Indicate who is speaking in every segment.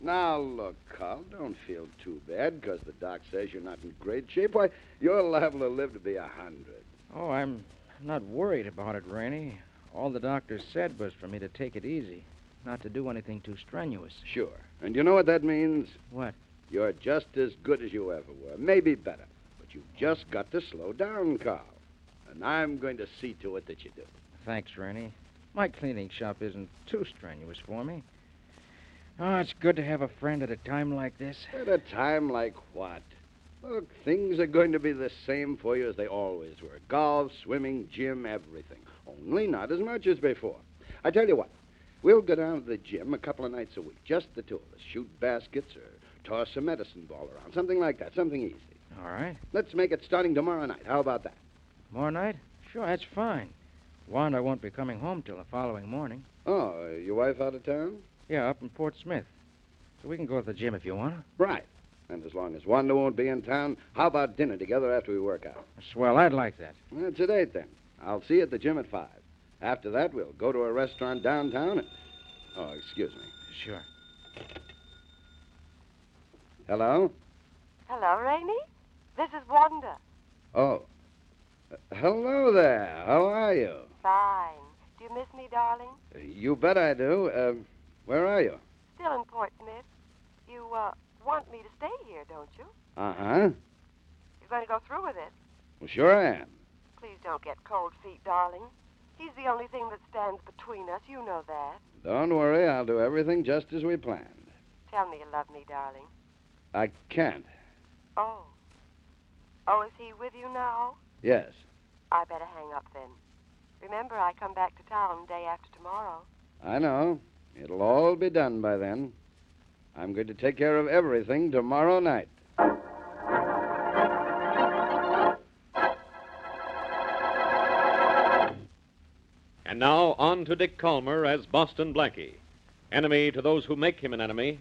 Speaker 1: Now, look, Carl, don't feel too bad because the doc says you're not in great shape. Why, you're liable to live to be a hundred.
Speaker 2: Oh, I'm not worried about it, Rainey. All the doctor said was for me to take it easy, not to do anything too strenuous.
Speaker 1: Sure. And you know what that means?
Speaker 2: What?
Speaker 1: You're just as good as you ever were, maybe better. But you've just got to slow down, Carl. And I'm going to see to it that you do.
Speaker 2: Thanks, Rainey. My cleaning shop isn't too strenuous for me. Oh, it's good to have a friend at a time like this.
Speaker 1: At a time like what? Look, things are going to be the same for you as they always were golf, swimming, gym, everything. Only not as much as before. I tell you what, we'll go down to the gym a couple of nights a week, just the two of us. Shoot baskets or toss a medicine ball around, something like that, something easy.
Speaker 2: All right.
Speaker 1: Let's make it starting tomorrow night. How about that?
Speaker 2: More night? Sure, that's fine. Wanda won't be coming home till the following morning.
Speaker 1: Oh, uh, your wife out of town?
Speaker 2: Yeah, up in Port Smith. So we can go to the gym if you want.
Speaker 1: Right. And as long as Wanda won't be in town, how about dinner together after we work out?
Speaker 2: Swell, I'd like that.
Speaker 1: That's a date then. I'll see you at the gym at five. After that, we'll go to a restaurant downtown and. Oh, excuse me.
Speaker 2: Sure.
Speaker 1: Hello?
Speaker 3: Hello, Rainey. This is Wanda.
Speaker 1: Oh. Uh, hello there. How are you?
Speaker 3: Fine. Do you miss me, darling?
Speaker 1: Uh, You bet I do. Uh, where are you?
Speaker 3: Still in Port Smith. You uh, want me to stay here, don't you?
Speaker 1: Uh huh.
Speaker 3: You're going to go through with it.
Speaker 1: Well, sure I am.
Speaker 3: Please don't get cold feet, darling. He's the only thing that stands between us. You know that.
Speaker 1: Don't worry. I'll do everything just as we planned.
Speaker 3: Tell me you love me, darling.
Speaker 1: I can't.
Speaker 3: Oh. Oh, is he with you now?
Speaker 1: Yes.
Speaker 3: I better hang up then. Remember, I come back to town day after tomorrow.
Speaker 1: I know. It'll all be done by then. I'm going to take care of everything tomorrow night.
Speaker 4: And now on to Dick Calmer as Boston Blackie. Enemy to those who make him an enemy,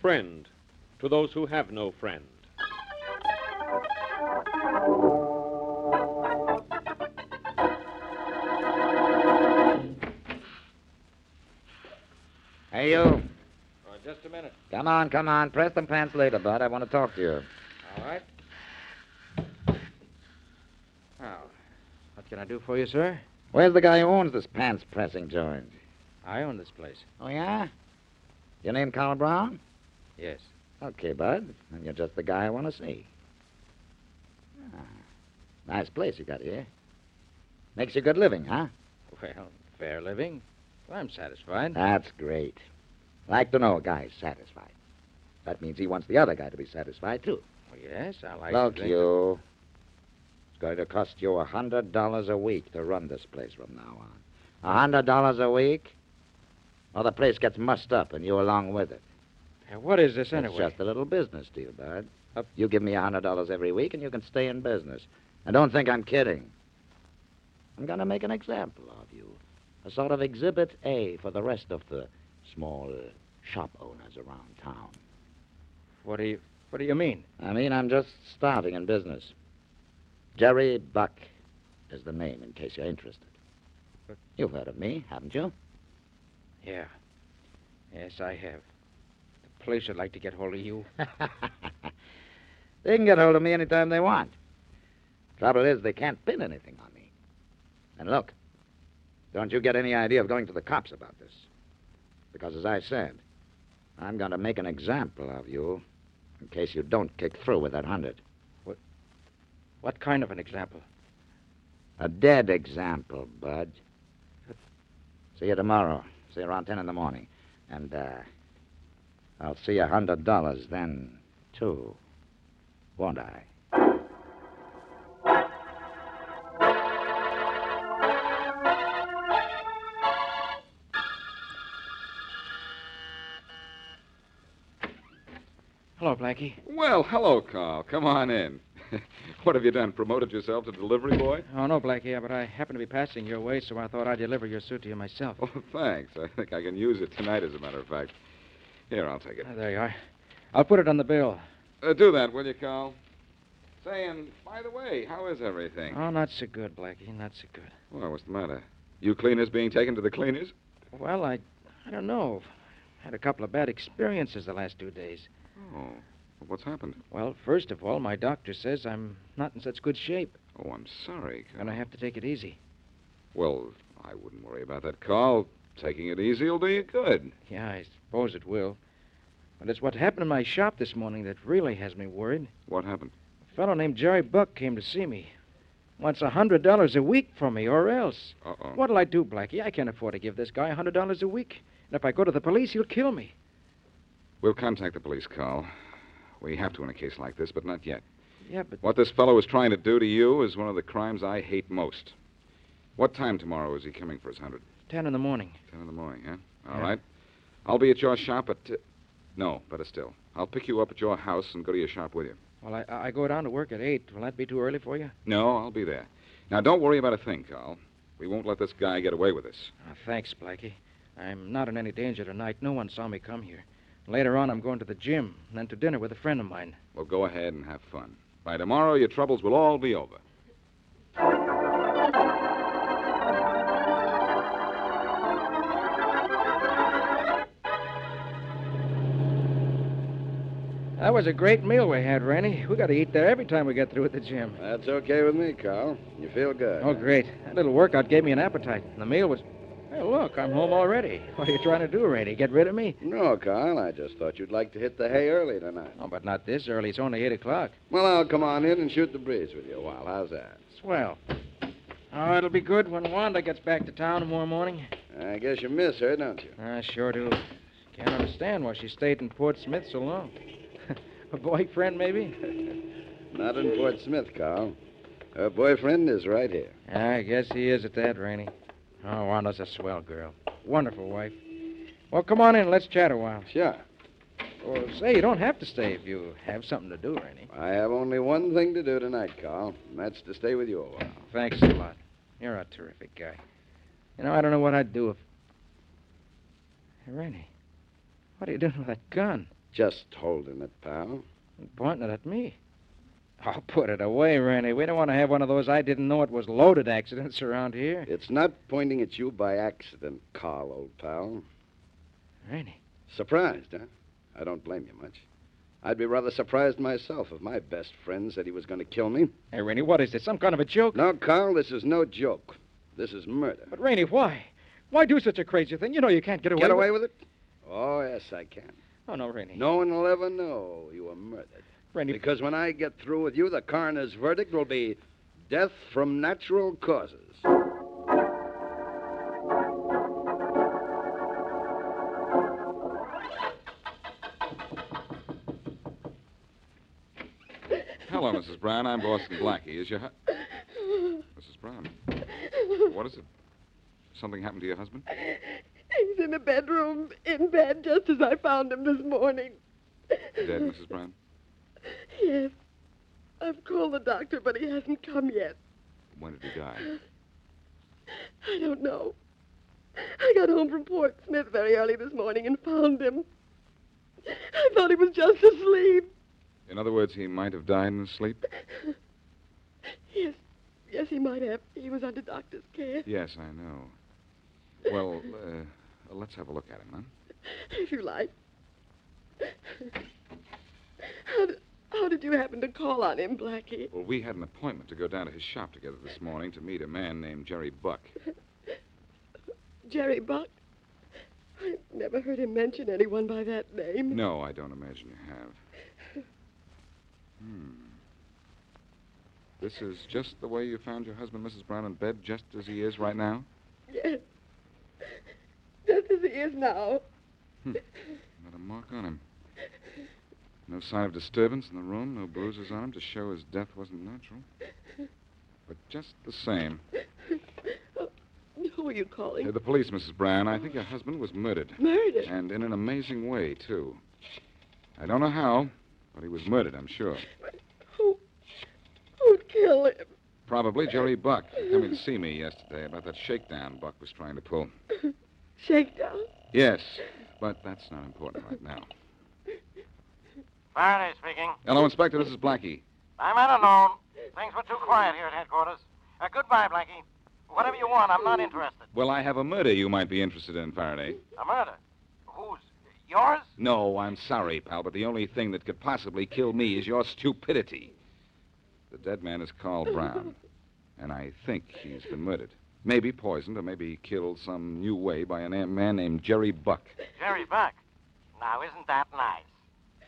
Speaker 4: friend to those who have no friend.
Speaker 5: Hey, you.
Speaker 6: just a minute.
Speaker 5: Come on, come on. Press them pants later, bud. I want to talk to you.
Speaker 6: All right.
Speaker 2: Now, what can I do for you, sir?
Speaker 5: Where's the guy who owns this pants pressing joint?
Speaker 2: I own this place.
Speaker 5: Oh, yeah? Your name Carl Brown?
Speaker 2: Yes.
Speaker 5: Okay, bud. And you're just the guy I want to see. Ah, nice place you got here. Makes you good living, huh?
Speaker 2: Well, fair living. I'm satisfied.
Speaker 5: That's great. Like to know a guy's satisfied. That means he wants the other guy to be satisfied, too.
Speaker 2: Well, yes, I like to
Speaker 5: Look,
Speaker 2: think
Speaker 5: you. It's going to cost you a hundred dollars a week to run this place from now on. A hundred dollars a week, or the place gets mussed up and you along with it.
Speaker 2: that- Now, what is this, anyway?
Speaker 5: It's just a little business deal, bud. Up, you give me a hundred dollars every week, and you can stay in business. And don't think I'm kidding. I'm going to make an example of you, a sort of exhibit A for the rest of the small shop owners around town.
Speaker 2: What do you... What do you mean?
Speaker 5: I mean, I'm just starting in business. Jerry Buck is the name, in case you're interested.
Speaker 2: But-
Speaker 5: You've heard of me, haven't you?
Speaker 2: Yeah. Yes, I have. The police would like to get hold of you.
Speaker 5: they can get hold of me anytime they want. Trouble is, they can't pin anything on me. And look, don't you get any idea of going to the cops about this. Because, as I said, I'm going to make an example of you in case you don't kick through with that hundred.
Speaker 2: What kind of an example?
Speaker 5: A dead example, Bud. See you tomorrow. See you around 10 in the morning. And, uh, I'll see you a $100 then, too. Won't I?
Speaker 2: Hello, Blackie.
Speaker 6: Well, hello, Carl. Come on in.
Speaker 7: what have you done? Promoted yourself to delivery boy?
Speaker 2: Oh, no, Blackie, but I happened to be passing your way, so I thought I'd deliver your suit to you myself.
Speaker 7: Oh, thanks. I think I can use it tonight, as a matter of fact. Here, I'll take it.
Speaker 2: Ah, there you are. I'll put it on the bill.
Speaker 7: Uh, do that, will you, Carl? Say, and by the way, how is everything?
Speaker 2: Oh, not so good, Blackie, not so good.
Speaker 7: Well, what's the matter? You cleaners being taken to the cleaners?
Speaker 2: Well, I, I don't know. Had a couple of bad experiences the last two days.
Speaker 7: Oh, what's happened?
Speaker 2: Well, first of all, my doctor says I'm not in such good shape,
Speaker 7: Oh, I'm sorry, Carl.
Speaker 2: and I have to take it easy.
Speaker 7: Well, I wouldn't worry about that, Carl. Taking it easy will do you good.
Speaker 2: Yeah, I suppose it will. But it's what happened in my shop this morning that really has me worried.
Speaker 7: What happened?
Speaker 2: A fellow named Jerry Buck came to see me. Wants a hundred dollars a week from me, or else.
Speaker 7: Uh-oh.
Speaker 2: What'll I do, Blackie? I can't afford to give this guy a hundred dollars a week. And if I go to the police, he'll kill me.
Speaker 7: We'll contact the police, Carl. We have to in a case like this, but not yet.
Speaker 2: Yeah, but
Speaker 7: What this fellow is trying to do to you is one of the crimes I hate most. What time tomorrow is he coming for his hundred?
Speaker 2: ten in the morning.
Speaker 7: Ten in the morning, huh? All
Speaker 2: Yeah.
Speaker 7: right. I'll be at your shop at. Uh, no, better still. I'll pick you up at your house and go to your shop with you.
Speaker 2: Well, I, I go down to work at eight. Will that be too early for you?
Speaker 7: No, I'll be there. Now, don't worry about a thing, Carl. We won't let this guy get away with this.
Speaker 2: Ah, thanks, Blackie. I'm not in any danger tonight. No one saw me come here. Later on, I'm going to the gym, and then to dinner with a friend of mine.
Speaker 7: Well, go ahead and have fun. By tomorrow, your troubles will all be over.
Speaker 2: That was a great meal we had, Ranny. We got to eat there every time we get through at the gym.
Speaker 1: That's okay with me, Carl. You feel good.
Speaker 2: Oh, great. That little workout gave me an appetite. And the meal was. Hey, look, I'm home already. What are you trying to do, Randy? Get rid of me?
Speaker 1: No, Carl, I just thought you'd like to hit the hay early tonight.
Speaker 2: Oh, but not this early. It's only 8 o'clock.
Speaker 1: Well, I'll come on in and shoot the breeze with you a while. How's that?
Speaker 2: Swell. Oh, it'll be good when Wanda gets back to town tomorrow morning.
Speaker 1: I guess you miss her, don't you?
Speaker 2: I sure do. Can't understand why she stayed in Port Smith so long. a boyfriend, maybe?
Speaker 1: Not in Fort Smith, Carl. Her boyfriend is right here.
Speaker 2: I guess he is at that, Rainey. Oh, Wanda's a swell girl. Wonderful wife. Well, come on in. Let's chat a while.
Speaker 1: Sure.
Speaker 2: Or say, you don't have to stay if you have something to do, Rainey.
Speaker 1: I have only one thing to do tonight, Carl, and that's to stay with you a while.
Speaker 2: Thanks a lot. You're a terrific guy. You know, I don't know what I'd do if. Hey, Rainey, what are you doing with that gun?
Speaker 1: Just holding it, pal.
Speaker 2: Pointing it at me. Oh, put it away, Rainey. We don't want to have one of those I didn't know it was loaded accidents around here.
Speaker 1: It's not pointing at you by accident, Carl, old pal.
Speaker 2: Rainey.
Speaker 1: Surprised, huh? I don't blame you much. I'd be rather surprised myself if my best friend said he was going to kill me.
Speaker 2: Hey, Rainey, what is this? Some kind of a joke?
Speaker 1: No, Carl, this is no joke. This is murder.
Speaker 2: But, Rainey, why? Why do such a crazy thing? You know you can't get away
Speaker 1: Get
Speaker 2: with
Speaker 1: away with it? Oh, yes, I can.
Speaker 2: Oh, no, Rainey.
Speaker 1: No one will ever know you were murdered.
Speaker 2: Rainey.
Speaker 1: Because when I get through with you, the coroner's verdict will be death from natural causes.
Speaker 7: Hello, Mrs. Brown. I'm Boston Blackie. Is your hu- Mrs. Brown? What is it? Something happened to your husband?
Speaker 8: He's in the bedroom, in bed, just as I found him this morning.
Speaker 7: Dead, Mrs. Brown?
Speaker 8: Yes. I've called the doctor, but he hasn't come yet.
Speaker 7: When did he die?
Speaker 8: I don't know. I got home from Port Smith very early this morning and found him. I thought he was just asleep.
Speaker 7: In other words, he might have died in his sleep?
Speaker 8: Yes. Yes, he might have. He was under doctor's care.
Speaker 7: Yes, I know. Well, uh, let's have a look at him, huh?
Speaker 8: If you like. How, d- how did you happen to call on him, Blackie?
Speaker 7: Well, we had an appointment to go down to his shop together this morning to meet a man named Jerry Buck.
Speaker 8: Jerry Buck? I've never heard him mention anyone by that name.
Speaker 7: No, I don't imagine you have. Hmm. This is just the way you found your husband, Mrs. Brown, in bed, just as he is right now?
Speaker 8: Yes. Just as he is now.
Speaker 7: Not Hmm. a mark on him. No sign of disturbance in the room, no bruises on him to show his death wasn't natural. But just the same.
Speaker 8: Who are you
Speaker 7: Uh,
Speaker 8: calling?
Speaker 7: the police, Mrs. Brown, I think your husband was murdered.
Speaker 8: Murder.
Speaker 7: And in an amazing way, too. I don't know how, but he was murdered, I'm sure.
Speaker 8: Who?
Speaker 7: Probably Jerry Buck coming to see me yesterday about that shakedown Buck was trying to pull.
Speaker 8: Shakedown?
Speaker 7: Yes, but that's not important right now.
Speaker 9: Faraday speaking.
Speaker 7: Hello, Inspector. This is Blackie.
Speaker 9: I'm out alone. Things were too quiet here at headquarters. Uh, goodbye, Blackie. Whatever you want, I'm not interested.
Speaker 7: Well, I have a murder you might be interested in, Faraday.
Speaker 9: A murder? Whose? Yours?
Speaker 7: No, I'm sorry, pal, but the only thing that could possibly kill me is your stupidity. The dead man is Carl Brown, and I think he's been murdered. Maybe poisoned, or maybe killed some new way by a na- man named Jerry Buck.
Speaker 9: Jerry Buck. Now, isn't that nice?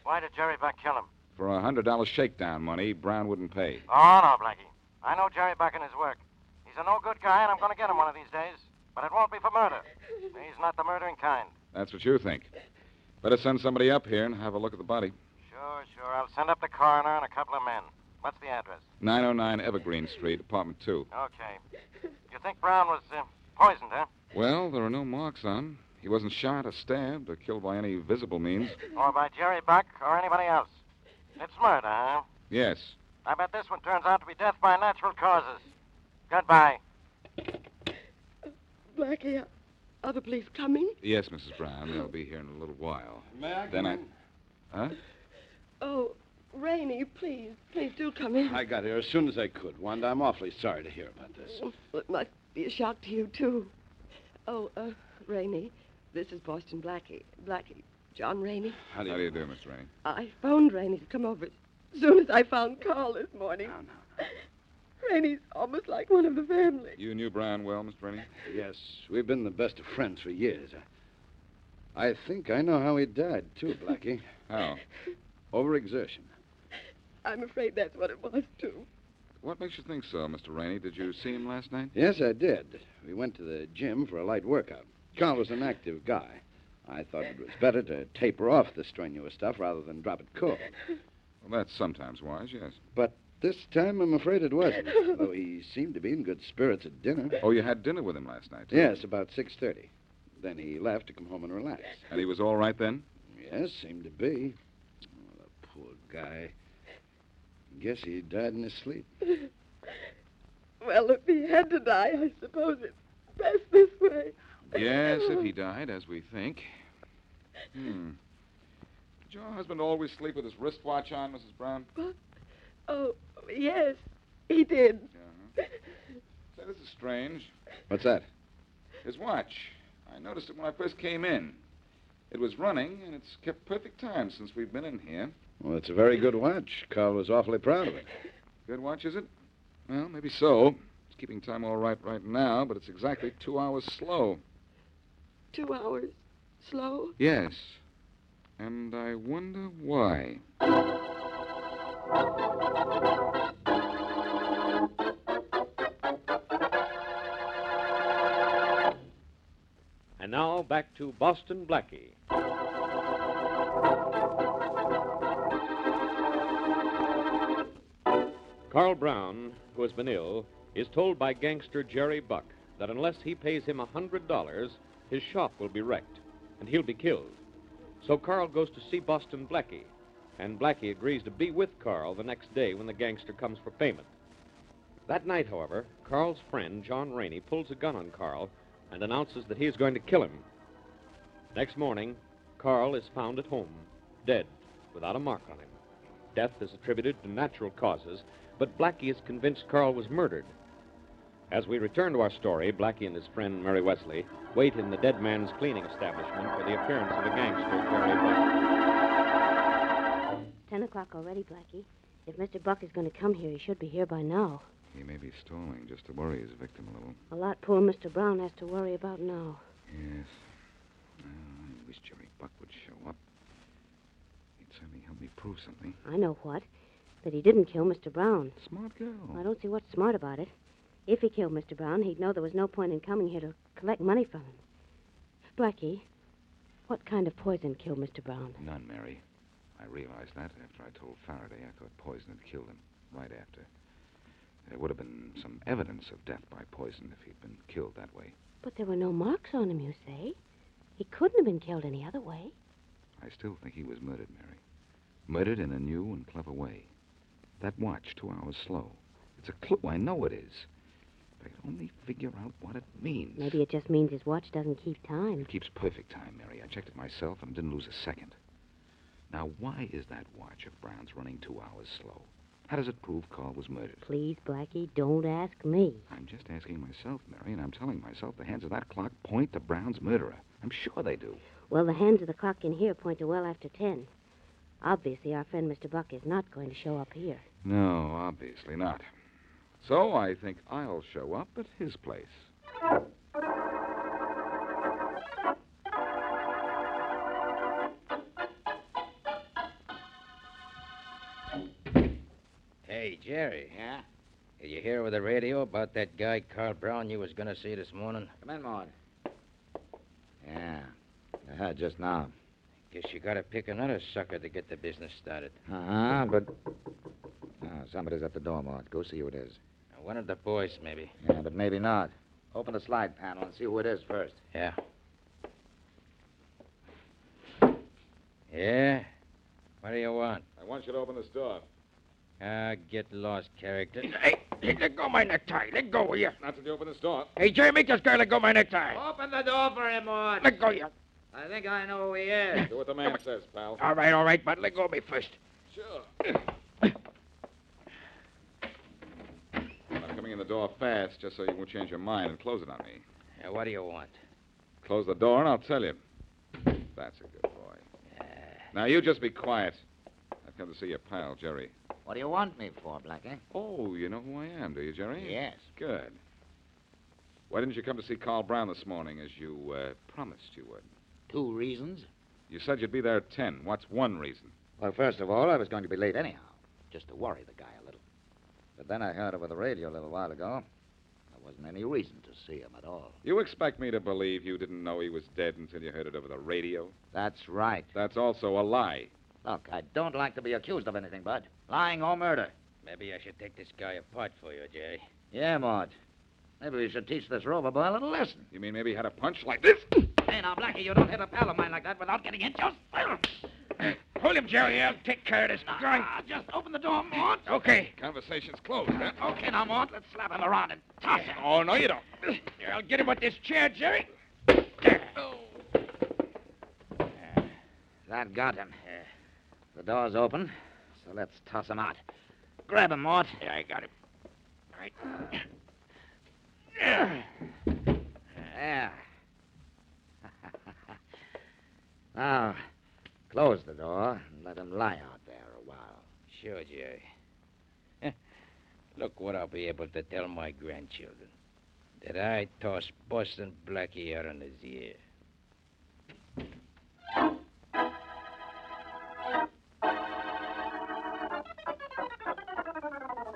Speaker 9: Why did Jerry Buck kill him?
Speaker 7: For a $100 shakedown money, Brown wouldn't pay.
Speaker 9: Oh, no, Blackie. I know Jerry Buck and his work. He's a no good guy, and I'm going to get him one of these days. But it won't be for murder. He's not the murdering kind.
Speaker 7: That's what you think. Better send somebody up here and have a look at the body.
Speaker 9: Sure, sure. I'll send up the coroner and a couple of men. What's the address?
Speaker 7: 909 Evergreen Street, apartment 2.
Speaker 9: Okay. You think Brown was uh, poisoned, huh?
Speaker 7: Well, there are no marks on him. He wasn't shot or stabbed or killed by any visible means.
Speaker 9: Or by Jerry Buck or anybody else? It's murder, huh?
Speaker 7: Yes.
Speaker 9: I bet this one turns out to be death by natural causes. Goodbye.
Speaker 8: Blackie, are the police coming?
Speaker 7: Yes, Mrs. Brown. They'll be here in a little while.
Speaker 1: May I
Speaker 7: Then I. Huh?
Speaker 8: Oh, Rainey, please, please do come in.
Speaker 1: I got here as soon as I could. Wanda, I'm awfully sorry to hear about this.
Speaker 8: Well, it must be a shock to you, too. Oh, uh, Rainey, this is Boston Blackie. Blackie, John Rainey.
Speaker 1: How do you,
Speaker 7: How do you do, Miss Rainey?
Speaker 8: I phoned Rainey to come over as soon as I found Carl this morning.
Speaker 1: Now, now.
Speaker 8: Rainey's almost like one of the family.
Speaker 7: You knew Brown well, Miss Rainey?
Speaker 1: Yes, we've been the best of friends for years. I think I know how he died, too, Blackie.
Speaker 7: How?
Speaker 1: Overexertion.
Speaker 8: I'm afraid that's what it was, too.
Speaker 7: What makes you think so, Mr. Rainey? Did you see him last night?
Speaker 1: Yes, I did. We went to the gym for a light workout. Carl was an active guy. I thought it was better to taper off the strenuous stuff rather than drop it cold.
Speaker 7: Well, that's sometimes wise, yes.
Speaker 1: This time, I'm afraid it wasn't, though he seemed to be in good spirits at dinner.
Speaker 7: Oh, you had dinner with him last night?
Speaker 1: Yes, about 6.30. Then he left to come home and relax.
Speaker 7: And he was all right then?
Speaker 1: Yes, seemed to be. Oh, the poor guy. Guess he died in his sleep.
Speaker 8: Well, if he had to die, I suppose it's best this way.
Speaker 7: Yes, if he died, as we think. Hmm. Did your husband always sleep with his wristwatch on, Mrs. Brown?
Speaker 8: Oh, yes, he did.
Speaker 7: Yeah. Say, this is strange.
Speaker 1: What's that?
Speaker 7: His watch. I noticed it when I first came in. It was running, and it's kept perfect time since we've been in here.
Speaker 1: Well, it's a very good watch. Carl was awfully proud of it.
Speaker 7: Good watch, is it? Well, maybe so. It's keeping time all right right now, but it's exactly two hours slow.
Speaker 8: Two hours slow.
Speaker 7: Yes. And I wonder why.
Speaker 4: And now back to Boston Blackie. Carl Brown, who has been ill, is told by gangster Jerry Buck that unless he pays him a $100, his shop will be wrecked and he'll be killed. So Carl goes to see Boston Blackie, and Blackie agrees to be with Carl the next day when the gangster comes for payment. That night, however, Carl's friend, John Rainey, pulls a gun on Carl and announces that he is going to kill him. Next morning, Carl is found at home, dead, without a mark on him. Death is attributed to natural causes, but Blackie is convinced Carl was murdered. As we return to our story, Blackie and his friend Mary Wesley wait in the dead man's cleaning establishment for the appearance of the gangster Jerry Buck.
Speaker 10: Ten o'clock already, Blackie. If Mr. Buck is going to come here, he should be here by now.
Speaker 7: He may be stalling just to worry his victim a little.
Speaker 10: A lot poor Mr. Brown has to worry about now.
Speaker 7: Yes. Oh, I wish Jerry Buck would show up. He'd certainly help me prove something.
Speaker 10: I know what. That he didn't kill Mr. Brown.
Speaker 7: Smart
Speaker 10: I
Speaker 7: girl.
Speaker 10: don't see what's smart about it. If he killed Mr. Brown, he'd know there was no point in coming here to collect money from him. Blackie, what kind of poison killed Mr. Brown?
Speaker 7: None, Mary. I realized that after I told Faraday I thought poison had killed him. Right after. There would have been some evidence of death by poison if he'd been killed that way.
Speaker 10: But there were no marks on him, you say. He couldn't have been killed any other way.
Speaker 7: I still think he was murdered, Mary. Murdered in a new and clever way. That watch, two hours slow. It's a clue. I know it is. But I can only figure out what it means.
Speaker 10: Maybe it just means his watch doesn't keep time.
Speaker 7: It keeps perfect time, Mary. I checked it myself and didn't lose a second. Now, why is that watch of Brown's running two hours slow? How does it prove Carl was murdered?
Speaker 10: Please, Blackie, don't ask me.
Speaker 7: I'm just asking myself, Mary, and I'm telling myself the hands of that clock point to Brown's murderer. I'm sure they do.
Speaker 10: Well, the hands of the clock in here point to well after ten. Obviously, our friend Mr. Buck is not going to show up here.
Speaker 7: No, obviously not. So I think I'll show up at his place.
Speaker 11: Hey, Jerry. Yeah? Did you hear over the radio about that guy, Carl Brown, you was going to see this morning?
Speaker 5: Come in, Maud. Yeah. I heard Uh, just now.
Speaker 11: Guess you got to pick another sucker to get the business started.
Speaker 5: Uh
Speaker 12: Uh-huh,
Speaker 5: huh, but. Oh, somebody's at the door, Maud. Go see who it is.
Speaker 11: One of the boys, maybe.
Speaker 5: Yeah, but maybe not. Open the slide panel and see who it is first.
Speaker 11: Yeah. Yeah? What do you want?
Speaker 12: I want you to open this door.
Speaker 11: Ah, get lost, character. Hey, hey, let go my necktie. Let go, will you?
Speaker 12: Not till you open this door.
Speaker 11: Hey, Jerry, make this guy let go my necktie.
Speaker 13: Open the door for him, Maud.
Speaker 11: Let go, you.
Speaker 13: I think I know who he is.
Speaker 12: Do what the man says, pal.
Speaker 11: All right, all right, but let go of me first.
Speaker 12: Sure. I'm coming in the door fast, just so you won't change your mind and close it on me.
Speaker 11: Yeah, what do you want?
Speaker 12: Close the door and I'll tell you. That's a good boy. Now, you just be quiet. I've come to see your pal, Jerry.
Speaker 5: What do you want me for, Blackie?
Speaker 12: Oh, you know who I am, do you, Jerry?
Speaker 5: Yes.
Speaker 12: Good. Why didn't you come to see Carl Brown this morning as you uh, promised you would?
Speaker 5: Two reasons.
Speaker 12: You said you'd be there at 10. What's one reason?
Speaker 5: Well, first of all, I was going to be late anyhow, just to worry the guy a little. But then I heard over the radio a little while ago. There wasn't any reason to see him at all.
Speaker 12: You expect me to believe you didn't know he was dead until you heard it over the radio?
Speaker 5: That's right.
Speaker 12: That's also a lie.
Speaker 5: Look, I don't like to be accused of anything, Bud. Lying or murder.
Speaker 11: Maybe I should take this guy apart for you, Jerry.
Speaker 5: Yeah, Maud. Maybe we should teach this rover boy a little lesson.
Speaker 12: You mean maybe he had a punch like this?
Speaker 13: Hey, now, Blackie, you don't hit a pal of mine like that without getting hit yourself.
Speaker 11: Hold him, Jerry. I'll take care of this guy.
Speaker 13: Ah, just open the door, Maud.
Speaker 11: Okay.
Speaker 12: Conversation's closed, huh?
Speaker 13: Okay, now, Maud, let's slap him around and toss him.
Speaker 11: Oh, no, you don't. Here, I'll get him with this chair, Jerry. There.
Speaker 5: That got him. The door's open, so let's toss him out. Grab him, Mort.
Speaker 11: Yeah, I got him. Right. Yeah.
Speaker 5: There. now, close the door and let him lie out there a while.
Speaker 11: Sure, Jerry. Look what I'll be able to tell my grandchildren. That I tossed Boston Blackie out on his ear.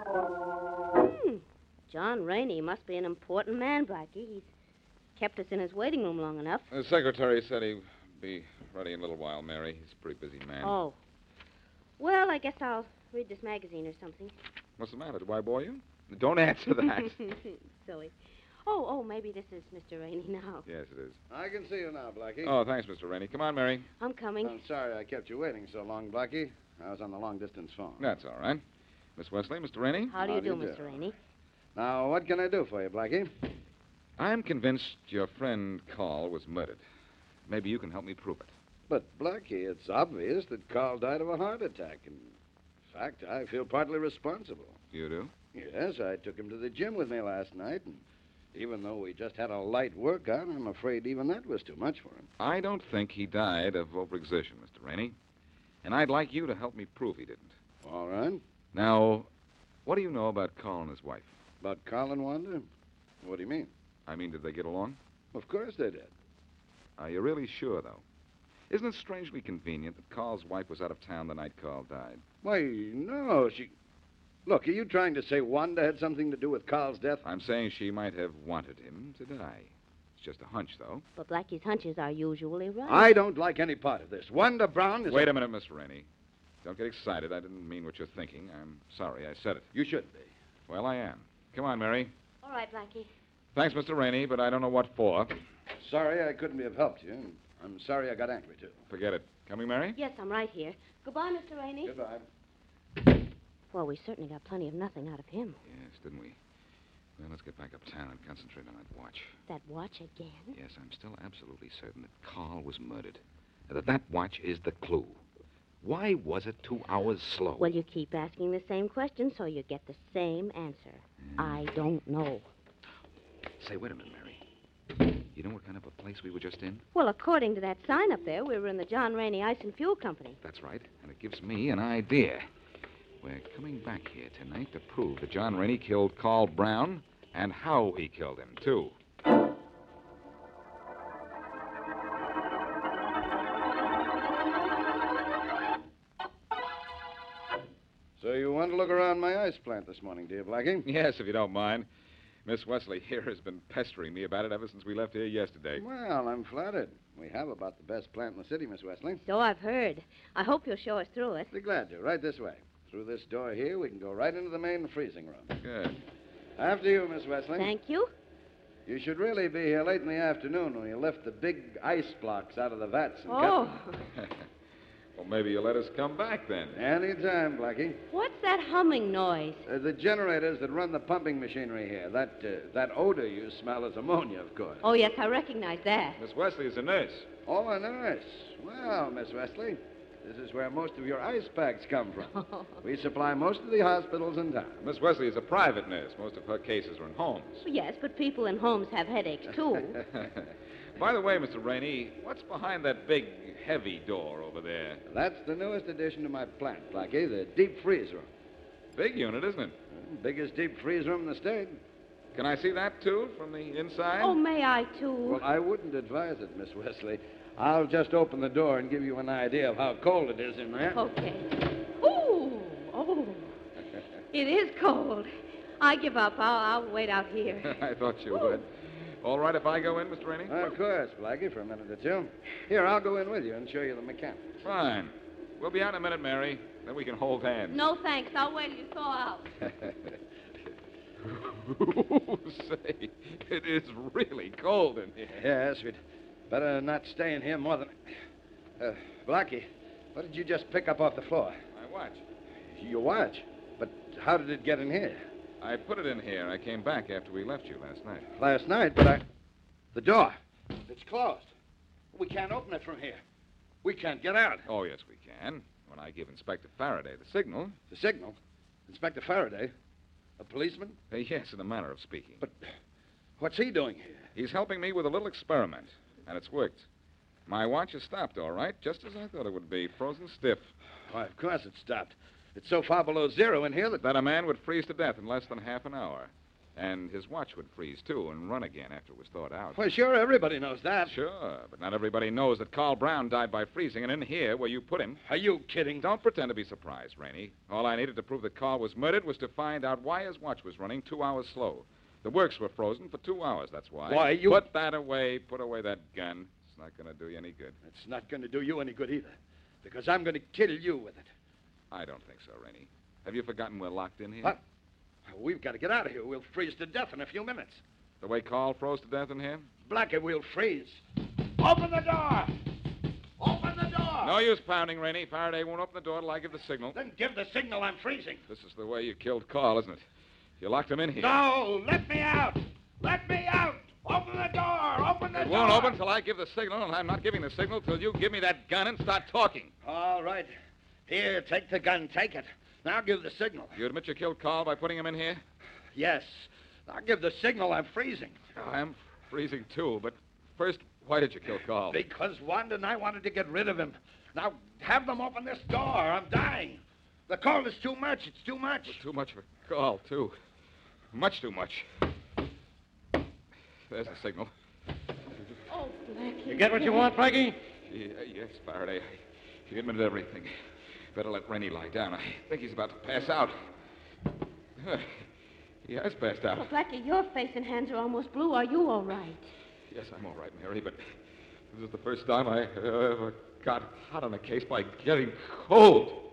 Speaker 10: Hmm. John Rainey must be an important man, Blackie. He's kept us in his waiting room long enough.
Speaker 1: Uh,
Speaker 12: The secretary said he'd be ready in a little while, Mary. He's a pretty busy man.
Speaker 10: Oh. Well, I guess I'll read this magazine or something.
Speaker 12: What's the matter? Do I bore you? Don't answer that.
Speaker 10: Silly. Oh, oh, maybe this is Mr. Rainey now.
Speaker 12: yes, it is.
Speaker 1: I can see you now, Blackie.
Speaker 12: Oh, thanks, Mr. Rainey. Come on, Mary.
Speaker 10: I'm coming.
Speaker 1: I'm sorry I kept you waiting so long, Blackie. I was on the long distance phone.
Speaker 12: That's all right. Miss Wesley, Mr. Rainey?
Speaker 10: How do you do, Mr. Rainey?
Speaker 1: Now, what can I do for you, Blackie?
Speaker 7: I'm convinced your friend Carl was murdered. Maybe you can help me prove it.
Speaker 1: But, Blackie, it's obvious that Carl died of a heart attack. In fact, I feel partly responsible.
Speaker 7: You do?
Speaker 1: Yes, I took him to the gym with me last night, and even though we just had a light workout, I'm afraid even that was too much for him.
Speaker 7: I don't think he died of overexertion, Mr. Rainey. And I'd like you to help me prove he didn't.
Speaker 1: All right.
Speaker 7: Now, what do you know about Carl and his wife?
Speaker 1: About Carl and Wanda? What do you mean?
Speaker 7: I mean, did they get along?
Speaker 1: Of course they did.
Speaker 7: Are you really sure, though? Isn't it strangely convenient that Carl's wife was out of town the night Carl died?
Speaker 1: Why, no, she. Look, are you trying to say Wanda had something to do with Carl's death?
Speaker 7: I'm saying she might have wanted him to die. It's just a hunch, though.
Speaker 10: But Blackie's hunches are usually right.
Speaker 1: I don't like any part of this. Wanda Brown is.
Speaker 7: Wait a minute, Miss Rennie. Don't get excited. I didn't mean what you're thinking. I'm sorry I said it.
Speaker 1: You shouldn't be.
Speaker 7: Well, I am. Come on, Mary.
Speaker 10: All right, Blackie.
Speaker 7: Thanks, Mr. Rainey, but I don't know what for.
Speaker 1: Sorry I couldn't have helped you. and I'm sorry I got angry, too.
Speaker 7: Forget it. Coming, Mary?
Speaker 10: Yes, I'm right here. Goodbye, Mr. Rainey.
Speaker 1: Goodbye.
Speaker 10: Well, we certainly got plenty of nothing out of him.
Speaker 12: Yes, didn't we? Well, let's get back uptown and concentrate on that watch.
Speaker 10: That watch again?
Speaker 12: Yes, I'm still absolutely certain that Carl was murdered. and That that watch is the clue. Why was it two hours slow?
Speaker 10: Well, you keep asking the same question, so you get the same answer. I don't know.
Speaker 12: Say, wait a minute, Mary. You know what kind of a place we were just in?
Speaker 10: Well, according to that sign up there, we were in the John Rainey Ice and Fuel Company.
Speaker 12: That's right. And it gives me an idea. We're coming back here tonight to prove that John Rainey killed Carl Brown and how he killed him, too.
Speaker 1: So you want to look around my ice plant this morning, do you, Blackie?
Speaker 7: Yes, if you don't mind. Miss Wesley here has been pestering me about it ever since we left here yesterday.
Speaker 1: Well, I'm flattered. We have about the best plant in the city, Miss Wesley.
Speaker 10: So I've heard. I hope you'll show us through it.
Speaker 1: Be glad to. Right this way. Through this door here, we can go right into the main freezing room.
Speaker 7: Good.
Speaker 1: After you, Miss Wesley.
Speaker 10: Thank you.
Speaker 1: You should really be here late in the afternoon when you lift the big ice blocks out of the vats and
Speaker 10: Oh,
Speaker 1: cut them.
Speaker 7: Well, maybe you'll let us come back then.
Speaker 1: Any time, Blackie.
Speaker 10: what's that humming noise?
Speaker 1: Uh, the generators that run the pumping machinery here. That uh, that odor you smell is ammonia, of course.
Speaker 10: Oh, yes, I recognize that.
Speaker 7: Miss Wesley is a nurse.
Speaker 1: Oh, a nurse. Well, Miss Wesley, this is where most of your ice packs come from. we supply most of the hospitals in town.
Speaker 7: Miss Wesley is a private nurse. Most of her cases are in homes.
Speaker 10: Yes, but people in homes have headaches, too.
Speaker 7: By the way, Mr. Rainey, what's behind that big, heavy door over there?
Speaker 1: That's the newest addition to my plant, Blackie, the deep freeze room.
Speaker 7: Big unit, isn't it?
Speaker 1: Biggest deep freeze room in the state.
Speaker 7: Can I see that, too, from the inside?
Speaker 10: oh, may I, too?
Speaker 1: Well, I wouldn't advise it, Miss Wesley. I'll just open the door and give you an idea of how cold it is in there.
Speaker 10: Okay. Ooh, oh, it is cold. I give up. I'll, I'll wait out here.
Speaker 7: I thought you would. All right if I go in, Mr. Rainey?
Speaker 1: Of course, Blackie, for a minute or two. Here, I'll go in with you and show you the mechanics.
Speaker 7: Fine. We'll be out in a minute, Mary. Then we can hold hands.
Speaker 10: No thanks. I'll wait till you thaw out.
Speaker 7: Say, it is really cold in here.
Speaker 1: Yes, we'd better not stay in here more than. Uh, Blackie, what did you just pick up off the floor?
Speaker 7: My watch.
Speaker 1: Your watch. But how did it get in here?
Speaker 7: I put it in here. I came back after we left you last night.
Speaker 1: Last night, but I. The door. It's closed. We can't open it from here. We can't get out.
Speaker 7: Oh, yes, we can. When I give Inspector Faraday the signal.
Speaker 1: The signal? Inspector Faraday? A policeman?
Speaker 7: Uh, yes, in a manner of speaking.
Speaker 1: But what's he doing here?
Speaker 7: He's helping me with a little experiment, and it's worked. My watch has stopped, all right, just as I thought it would be, frozen stiff.
Speaker 1: Why, of course it stopped. It's so far below zero in here that.
Speaker 7: That a man would freeze to death in less than half an hour. And his watch would freeze, too, and run again after it was thawed out.
Speaker 1: Well, sure, everybody knows that.
Speaker 7: Sure, but not everybody knows that Carl Brown died by freezing, and in here, where you put him.
Speaker 1: Are you kidding?
Speaker 7: Don't pretend to be surprised, Rainey. All I needed to prove that Carl was murdered was to find out why his watch was running two hours slow. The works were frozen for two hours, that's why.
Speaker 1: Why, you-
Speaker 7: Put that away, put away that gun. It's not going to do you any good.
Speaker 1: It's not going to do you any good either, because I'm going to kill you with it.
Speaker 7: I don't think so, Rainey. Have you forgotten we're locked in here?
Speaker 1: What? We've got to get out of here. We'll freeze to death in a few minutes.
Speaker 7: The way Carl froze to death in here?
Speaker 1: Blackie, we'll freeze. Open the door! Open the door!
Speaker 7: No use pounding, Rainey. Faraday won't open the door till I give the signal.
Speaker 1: Then give the signal I'm freezing.
Speaker 7: This is the way you killed Carl, isn't it? You locked him in here.
Speaker 1: No! Let me out! Let me out! Open the door! Open the
Speaker 7: It
Speaker 1: door!
Speaker 7: won't open till I give the signal, and I'm not giving the signal till you give me that gun and start talking.
Speaker 1: All right. Here, take the gun. Take it. Now give the signal.
Speaker 7: You admit you killed Carl by putting him in here?
Speaker 1: Yes. Now give the signal I'm freezing.
Speaker 7: I'm freezing too, but first, why did you kill Carl?
Speaker 1: Because Wanda and I wanted to get rid of him. Now have them open this door. I'm dying. The cold is too much. It's too much.
Speaker 7: Too much for Carl, too. Much too much. There's the signal.
Speaker 10: Oh, Blackie.
Speaker 7: You get what you want,
Speaker 1: Blackie?
Speaker 7: yes, Faraday. He admitted everything. Better let Rennie lie down. I think he's about to pass out. Huh. He has passed
Speaker 10: Oh,
Speaker 7: out.
Speaker 10: Blackie, your face and hands are almost blue. Are you all right?
Speaker 7: Yes, I'm all right, Mary, but this is the first time I ever got hot on a case by getting cold.